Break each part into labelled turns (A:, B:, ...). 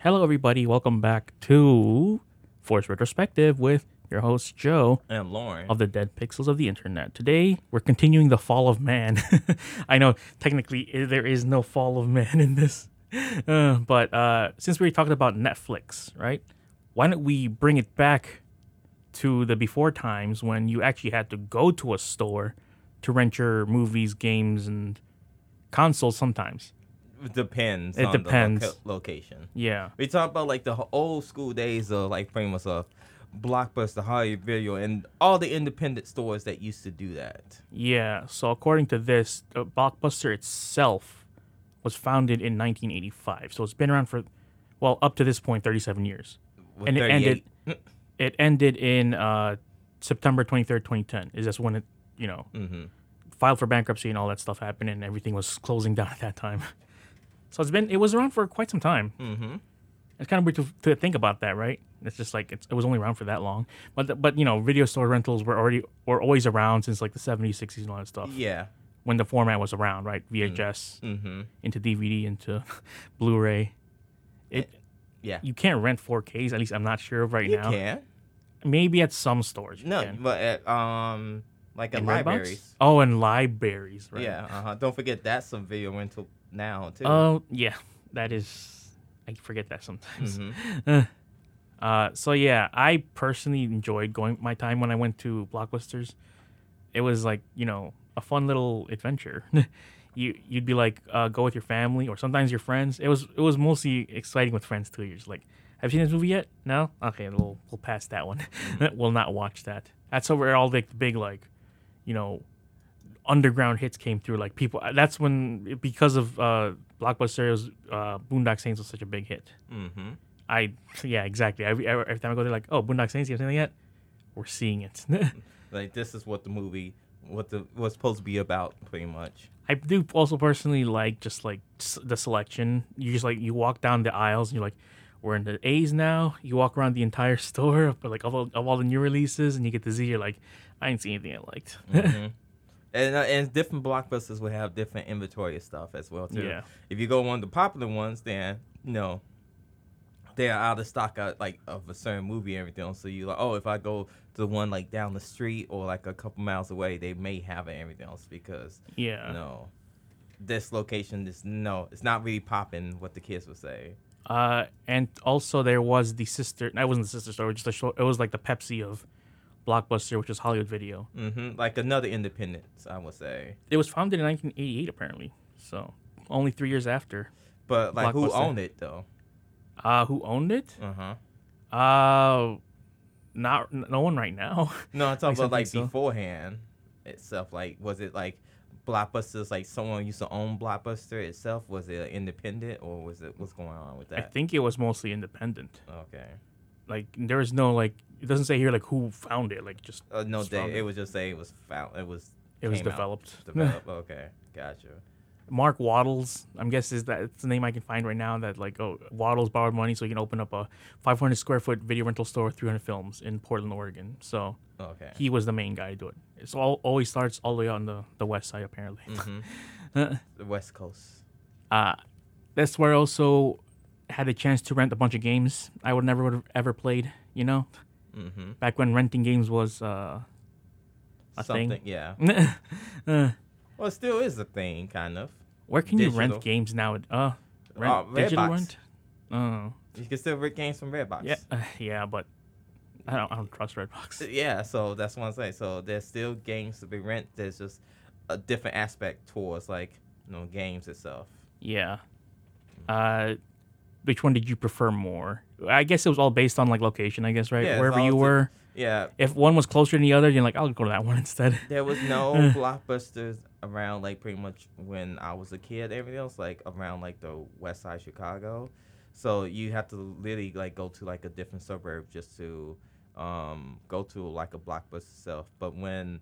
A: Hello, everybody. Welcome back to Force Retrospective with your host, Joe,
B: and Lauren.
A: of the Dead Pixels of the Internet. Today, we're continuing the fall of man. I know technically i- there is no fall of man in this, Uh, but uh, since we already talked about Netflix, right? Why don't we bring it back to the before times when you actually had to go to a store to rent your movies, games, and consoles sometimes?
B: It depends.
A: It
B: on the
A: depends.
B: loca- location.
A: Yeah.
B: We talk about like the h- old school days of like famous of Blockbuster, Hollywood Video, and all the independent stores that used to do that.
A: Yeah. So according to this, uh, Blockbuster itself was founded in 1985. So it's been around for, well, up to this point, 37 years.
B: Well,
A: and it
B: 38.
A: ended. It ended in uh, September 23rd, 2010. Is that's when it, you know, filed for bankruptcy and all that stuff happened, and everything was closing down at that time. So it's been it was around for quite some time.
B: Hmm.
A: Mm-hmm. It's kind of weird to, to think about that, right? It's just like it's, it was only around for that long, but the, but you know, video store rentals were already were always around since like the 70s, 60s, and all that stuff
B: Yeah. Mm-hmm.
A: when the format was around, right?
B: Mm.
A: VHS into DVD into Blu-ray. It
B: Eh, Yeah.
A: you can't rent 4Ks. At least I'm not sure of right
B: You
A: now.
B: can.
A: Maybe at some stores. you
B: No,
A: can.
B: but at, um, like at
A: In Redbox?
B: libraries.
A: Oh, and libraries. Right.
B: Yeah. Uh-huh. Don't forget that's some video rental now too.
A: Oh yeah, that is. I forget that
B: Mm-hmm.
A: sometimes. Uh, so yeah, I personally enjoyed going my time when I went to Blockbusters. It was like you know a fun little adventure. you you'd be like uh, go with your family or sometimes your friends. It was it was mostly exciting with friends too. You're just like, have you seen this movie yet? No. Okay, we'll we'll pass that one. we'll not watch that. That's where all the big like, you know, underground hits came through. Like people, that's when because of uh, Blockbuster, it was, uh, Boondock Saints was such a big hit.
B: mm-hmm.
A: I yeah, exactly. Every, every every time I go there, like, oh, Boondock Saints, you have something yet? We're seeing it.
B: Like this is what the movie, what the was supposed to be about, pretty much.
A: I do also personally like just like s- the selection. You just like you walk down the aisles and you're like, we're in the A's now. You walk around the entire store, but like of all, of all the new releases, and you get to Z. You're like, I didn't see anything I liked.
B: And, uh, and different blockbusters will have different inventory of stuff as well too.
A: Yeah.
B: If you go on the popular ones, then you know they are out of stock out like of a certain movie and everything. So you like, oh, if I go to the one like down the street or like a couple miles away, they may have it and everything else because
A: yeah.
B: no, this location is no, it's not really popping. What the kids would say.
A: Uh, and also there was the sister. That wasn't the sister store. It was just a short. It was like the Pepsi of Blockbuster, which is Hollywood Video.
B: hmm Like another independence, I would say.
A: It was founded in 1988, apparently. So only three years after.
B: But like, who
A: Blockbuster.
B: owned it though?
A: Uh, who owned it?
B: Uh huh.
A: Uh, not n- no one right now.
B: No, I'm talking
A: Like
B: about like
A: something so-
B: beforehand itself. Like, was it like blockbusters? Like someone used to own blockbuster itself? Was it independent or was it what's going on with
A: I
B: that?
A: think it was mostly independent.
B: okay.
A: Like there is no like. It doesn't say here like who found it. Like just
B: Uh, no,
A: just
B: they,
A: found
B: it was just say it was found. It was.
A: It was
B: came out.
A: developed.
B: Developed. okay, gotcha.
A: Mark Waddles, I'm guessing is that it's the name I can find right now. That like, oh, Waddles borrowed money so he can open up a 500 square foot video rental store with 300 films in Portland, Oregon. So
B: Okay.
A: he was the main guy to do it. It's all always starts all the way on the the west side apparently.
B: Mm-hmm. The West Coast.
A: Uh, that's where I also had the chance to rent a bunch of games I would never would have ever played. You know,
B: Mm-hmm.
A: back when renting games was uh, a
B: Something.
A: thing.
B: Yeah.
A: Uh,
B: Well, it still is a thing, kind of.
A: where can you
B: Digital.
A: rent games now? Uh, rent
B: Uh,
A: digital
B: Redbox.
A: rent. Oh.
B: You can still rent games from Redbox.
A: Yeah, uh, yeah, but I don't, I don't trust Redbox.
B: Yeah, so that's what I'm saying. So there's still games to be rent. There's just a different aspect towards like you know games itself.
A: Yeah. Uh, which one did you prefer more? I guess it was all based on like location. I guess right,
B: Yeah, it's
A: wherever
B: all
A: you
B: the-
A: were.
B: Yeah,
A: If one was closer than the other, you're like, I'll go to that one instead.
B: there was no blockbusters around like pretty much when I was a kid. Everything else like around like the West Side Chicago, so you have to literally like go to like a different suburb just to um, go to like a blockbuster itself. But when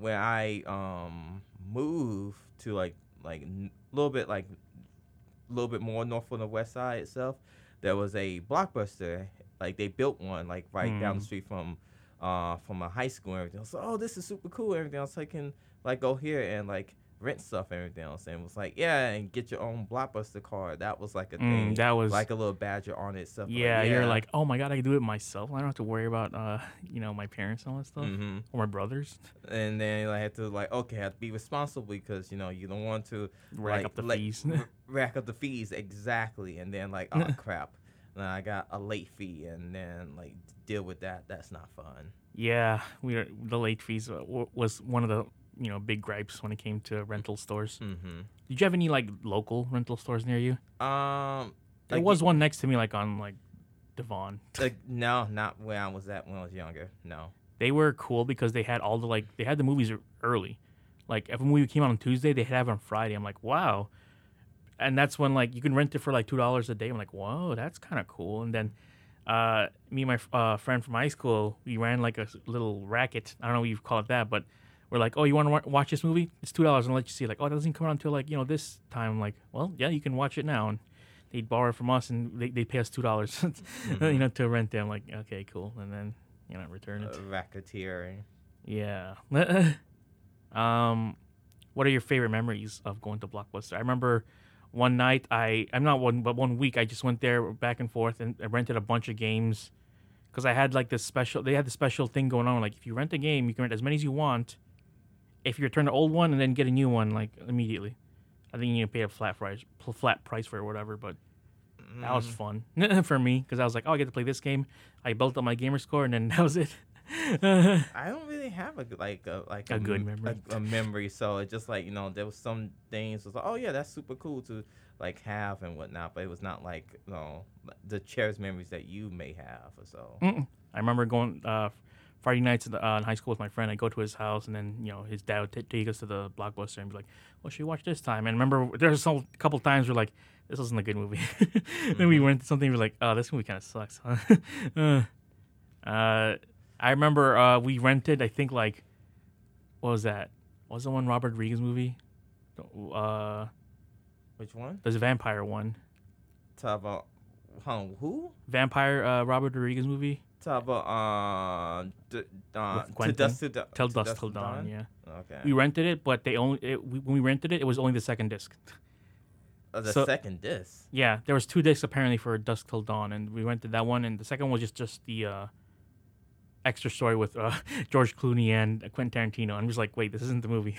B: when I um, moved to like like a little bit like a little bit more north on the West Side itself, there was a blockbuster. Like they built one like right down
A: Mm.
B: the street from uh, from a high school and everything. So, oh, this is super cool. and Everything else I can like go here and like rent stuff and everything else. And it was like, yeah, and get your own blockbuster card. That was like a
A: Mm,
B: thing.
A: that was-
B: like a little badger on it. Stuff.
A: Yeah, you're like, oh my god, I can do it myself. I don't have to worry about, uh, you know, my parents and all that stuff,
B: Mhm.
A: or my brothers.
B: and then I had to like, okay, I have to be responsible because you know you don't want to
A: Rack
B: like,
A: up the
B: let-
A: fees.
B: r- rack up the fees exactly, and then like, oh crap, and I got a late fee, and then like deal with that. That's not fun.
A: yeah, we are, the late fees uh, wa- was one of the you know big gripes when it came to rental stores.
B: Mm-hmm.
A: Did you have any like local rental stores near you?
B: Um,
A: There
B: like,
A: was
B: y-
A: one next to me, like on like Devon.
B: like, no, not when I was at when I was younger. No.
A: They were cool because they had all the like they had the movies er- early. Like if a movie came out on Tuesday, they'd have it on Friday. I'm like, wow. And that's when like you can rent it for like two dollars a day. I'm like, whoa, that's kind of cool. And then uh, me and my f- uh, friend from high school, we ran like a s- little racket. I don't know what you call it that, but we're like, oh, you want to w- watch this movie? It's two dollars, and let you see. Like, oh, it doesn't come out until like you know this time. I'm like, well, yeah, you can watch it now. And they'd borrow it from us, and they they pay us two dollars, you know, to rent it. I'm like, okay, cool. And then you know, return
B: Uh,
A: it.
B: racketeering.
A: Yeah. um, what are your favorite memories of going to Blockbuster? I remember one night I I'm not one but one week I just went there back and forth and I rented a bunch of games because I had like this special they had the special thing going on like if you rent a game you can rent as many as you want if you return the old one and then get a new one like immediately. I think you need to pay a flat price, pl- flat price for it or whatever, but that was
B: Mm,
A: fun for me because I was like, oh, I get to play this game. I built up my gamer score, and then that was it.
B: I don't really have a g- like a like
A: A good
B: mem-
A: memory.
B: a, a memory. So it's just like you know there was some things was like oh yeah that's super cool to like have and whatnot, but it was not like you know the cherished memories that you may have or so.
A: Mm-mm. I remember going uh, Friday nights in, the, uh, in high school with my friend. I go to his house, and then you know his dad would t- take us to the blockbuster and be like, "Well, should we watch this time?" And remember, there's a couple times we're like, "This isn't a good movie." Then
B: Mm-hmm.
A: we went to something. We're like, "Oh, this movie kind of sucks." huh?" uh, uh, I remember uh, we rented. I think like, what was that? What was the one Robert Rodriguez movie? Uh,
B: Which one?
A: there's a vampire one.
B: Talk about huh, who?
A: Vampire uh, Robert Rodriguez movie.
B: Talk about uh, d- uh
A: With
B: to
A: Quentin.
B: dust to, Du-
A: Till
B: To
A: dusk till dawn. Yeah.
B: Okay.
A: we rented it, but they only it, we, when we rented it, it was only the second disc.
B: Uh, the
A: so-
B: second disc.
A: Yeah, there was two discs apparently for Dusk Till Dawn, and we rented that one, and the second one was just just the uh, extra story with uh, George Clooney and Quentin Tarantino. I'm just like, wait, this isn't the movie.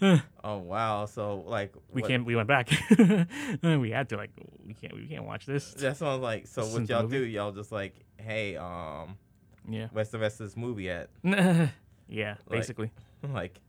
B: Oh wow! So like
A: we
B: what-
A: can't. We went back. we had to like, we can't. We can't watch this.
B: That's what I was like. So
A: This
B: what
A: isn't the
B: y'all
A: movie.
B: do? Y'all just like hey um
A: Yeah.
B: where's the rest of this movie at?
A: yeah. Basically,
B: like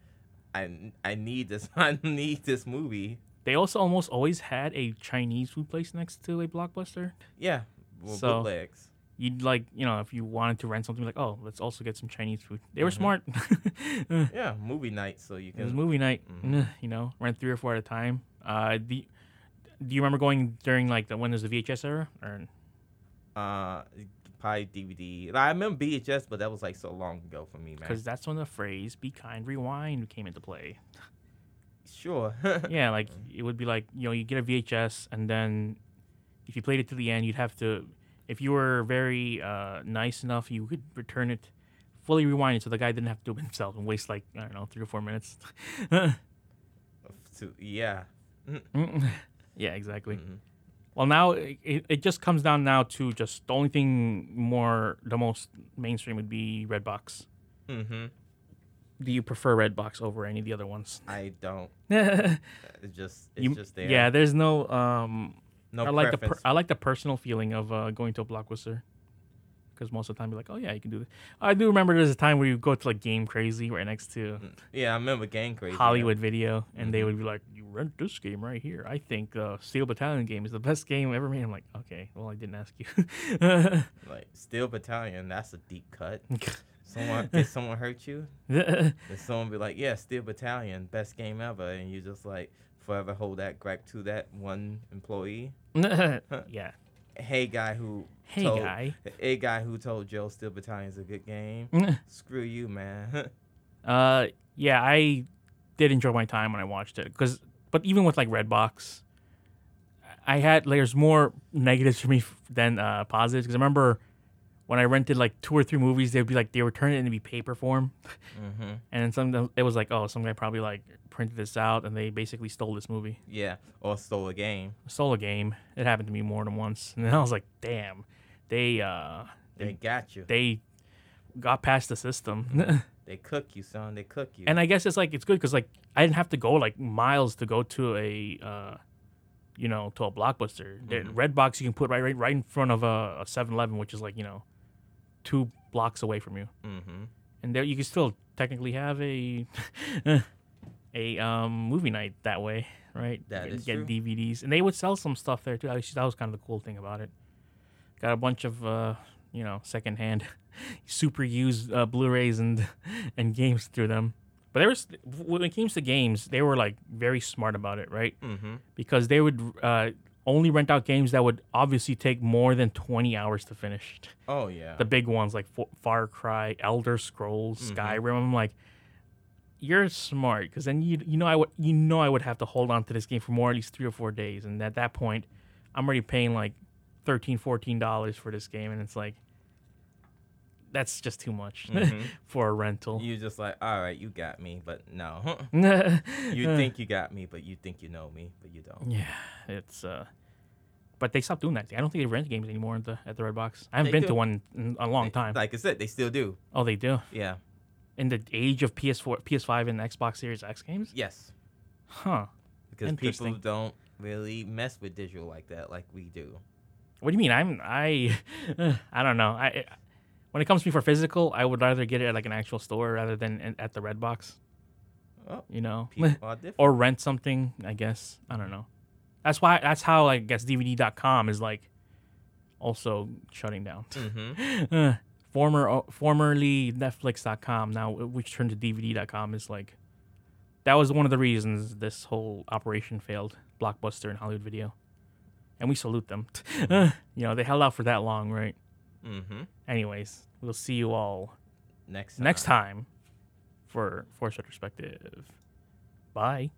B: I I need this I need this movie.
A: they also almost always had a Chinese food place next to a blockbuster.
B: Yeah, well,
A: So-
B: bootlegs.
A: You'd like, you know, if you wanted to rent something, like, oh, let's also get some Chinese food. They were smart.
B: Yeah, movie night so you
A: It was
B: can.
A: movie night. eh,
B: Mhm.
A: You know, rent three or four at a time. Uh, do, y- do you remember going during like the when there's the VHS era? Or
B: uh probably DVD. Like, I remember VHS, but that was like so long ago for me, man.
A: because that's when the phrase "be kind, rewind" came into play.
B: Sure.
A: yeah, like it would be like you know you get a VHS and then if you played it to the end, you'd have to if you were very uh, nice enough, you could return it fully rewinded so the guy didn't have to do it himself and waste like I don't know three or four minutes.
B: To- yeah.
A: yeah, exactly.
B: Mhm.
A: Well, now it, it it just comes down now to just the only thing more the most mainstream would be Redbox.
B: Mhm.
A: Do you prefer Redbox over any of the other ones?
B: I don't.
A: it's
B: It's just it's just there.
A: Yeah, there's no. Um,
B: No
A: I like
B: preference.
A: the per- I like the personal feeling of uh, going to a blockbuster because most of the time you're like, oh yeah, you can do this. I do remember there's a time where you go to like Game Crazy right next to
B: yeah, I remember Gang Crazy. Mm, yeah. Mm-hmm.
A: Hollywood Video, and they would be like, you rent this game right here. I think uh, Steel Battalion game is the best game ever made. I'm like, okay, well I didn't ask you.
B: Like Steel Battalion, that's a deep cut. someone did someone hurt you? And someone be like, "Yeah, Steel Battalion, best game ever," and you just like forever hold that gripe to that one employee.
A: yeah.
B: Hey guy who
A: Hey,
B: told,
A: guy.
B: hey guy who told Joe Steel Battalion's a good game. Screw you, man.
A: Uh, yeah, I did enjoy my time when I watched it. Cause, but even with like Redbox, I had like, there's more negatives for me f- than uh, positives. Because I remember when when I rented like two or three movies, they'd be like they were turning it into be paper form,
B: Mm-hmm.
A: and then some of them- it was like oh some guy probably like printed this out and they basically stole this movie,
B: Yeah, or stole a game.
A: stole a game. It happened to me more than once, and then I was like damn, they uh
B: They got you. They,
A: they got past the system.
B: cook you, son. They cook you.
A: and I guess it's like it's good because like I didn't have to go like miles to go to a, uh, you know, to a blockbuster. The Red box you can put right right right in front of a, a 7-Eleven, which is like you know, two blocks away from you,
B: mm-hmm.
A: and there you can still technically have a, a um, movie night that way, right?
B: That
A: Get-
B: is
A: get
B: true.
A: DVDs, and they would sell some stuff there too. I that was kind of the cool thing about it. Got a bunch of uh, you know secondhand, super used uh, Blu-rays and and games through them. But there was when it came to games, they were like very smart about it, right?
B: Mm-hmm.
A: Because they would uh, only rent out games that would obviously take more than twenty hours to finish.
B: Oh yeah.
A: The big ones like Fo- Far Cry, Elder Scrolls,
B: Mhm.
A: Skyrim. I'm like, you're smart because then you you know I would you know I would have to hold on to this game for more at least three or four days, and at that point, I'm already paying like 13 dollars for this game, and it's like, that's just too much
B: Mhm.
A: for a rental.
B: you just like, all right, you got me, but no. you
A: you
B: think you got me, but you think you know me, but you don't.
A: Yeah, it's uh, but they stopped doing that. I don't think they rent games anymore at the at the Red Box. I haven't
B: They
A: been to
B: do.
A: one in a long
B: They-
A: time.
B: Like I said, they still do.
A: Oh, they do.
B: Yeah.
A: In the age of PS4, PS5, and Xbox Series X games,
B: Yes.
A: huh?
B: Because people
A: Interesting.
B: don't really mess with digital like that, like we do.
A: What do you mean? I'm I, I don't know. I when it comes to me for physical, I would rather get it at like an actual store rather than in- at the Red Box.
B: Oh,
A: You know,
B: people are different.
A: or rent something. I guess I don't know. That's why. That's how I guess DVD.com is like also shutting down.
B: Mm-hmm.
A: Uh, former uh, formerly netflix.com now uh, which turned to dvd.com is like that was one of the reasons this whole operation failed blockbuster and hollywood video and we salute them Uh, you know they held out for that long right
B: Mm-hmm.
A: anyways we'll see you all
B: Next.
A: next time for force retrospective bye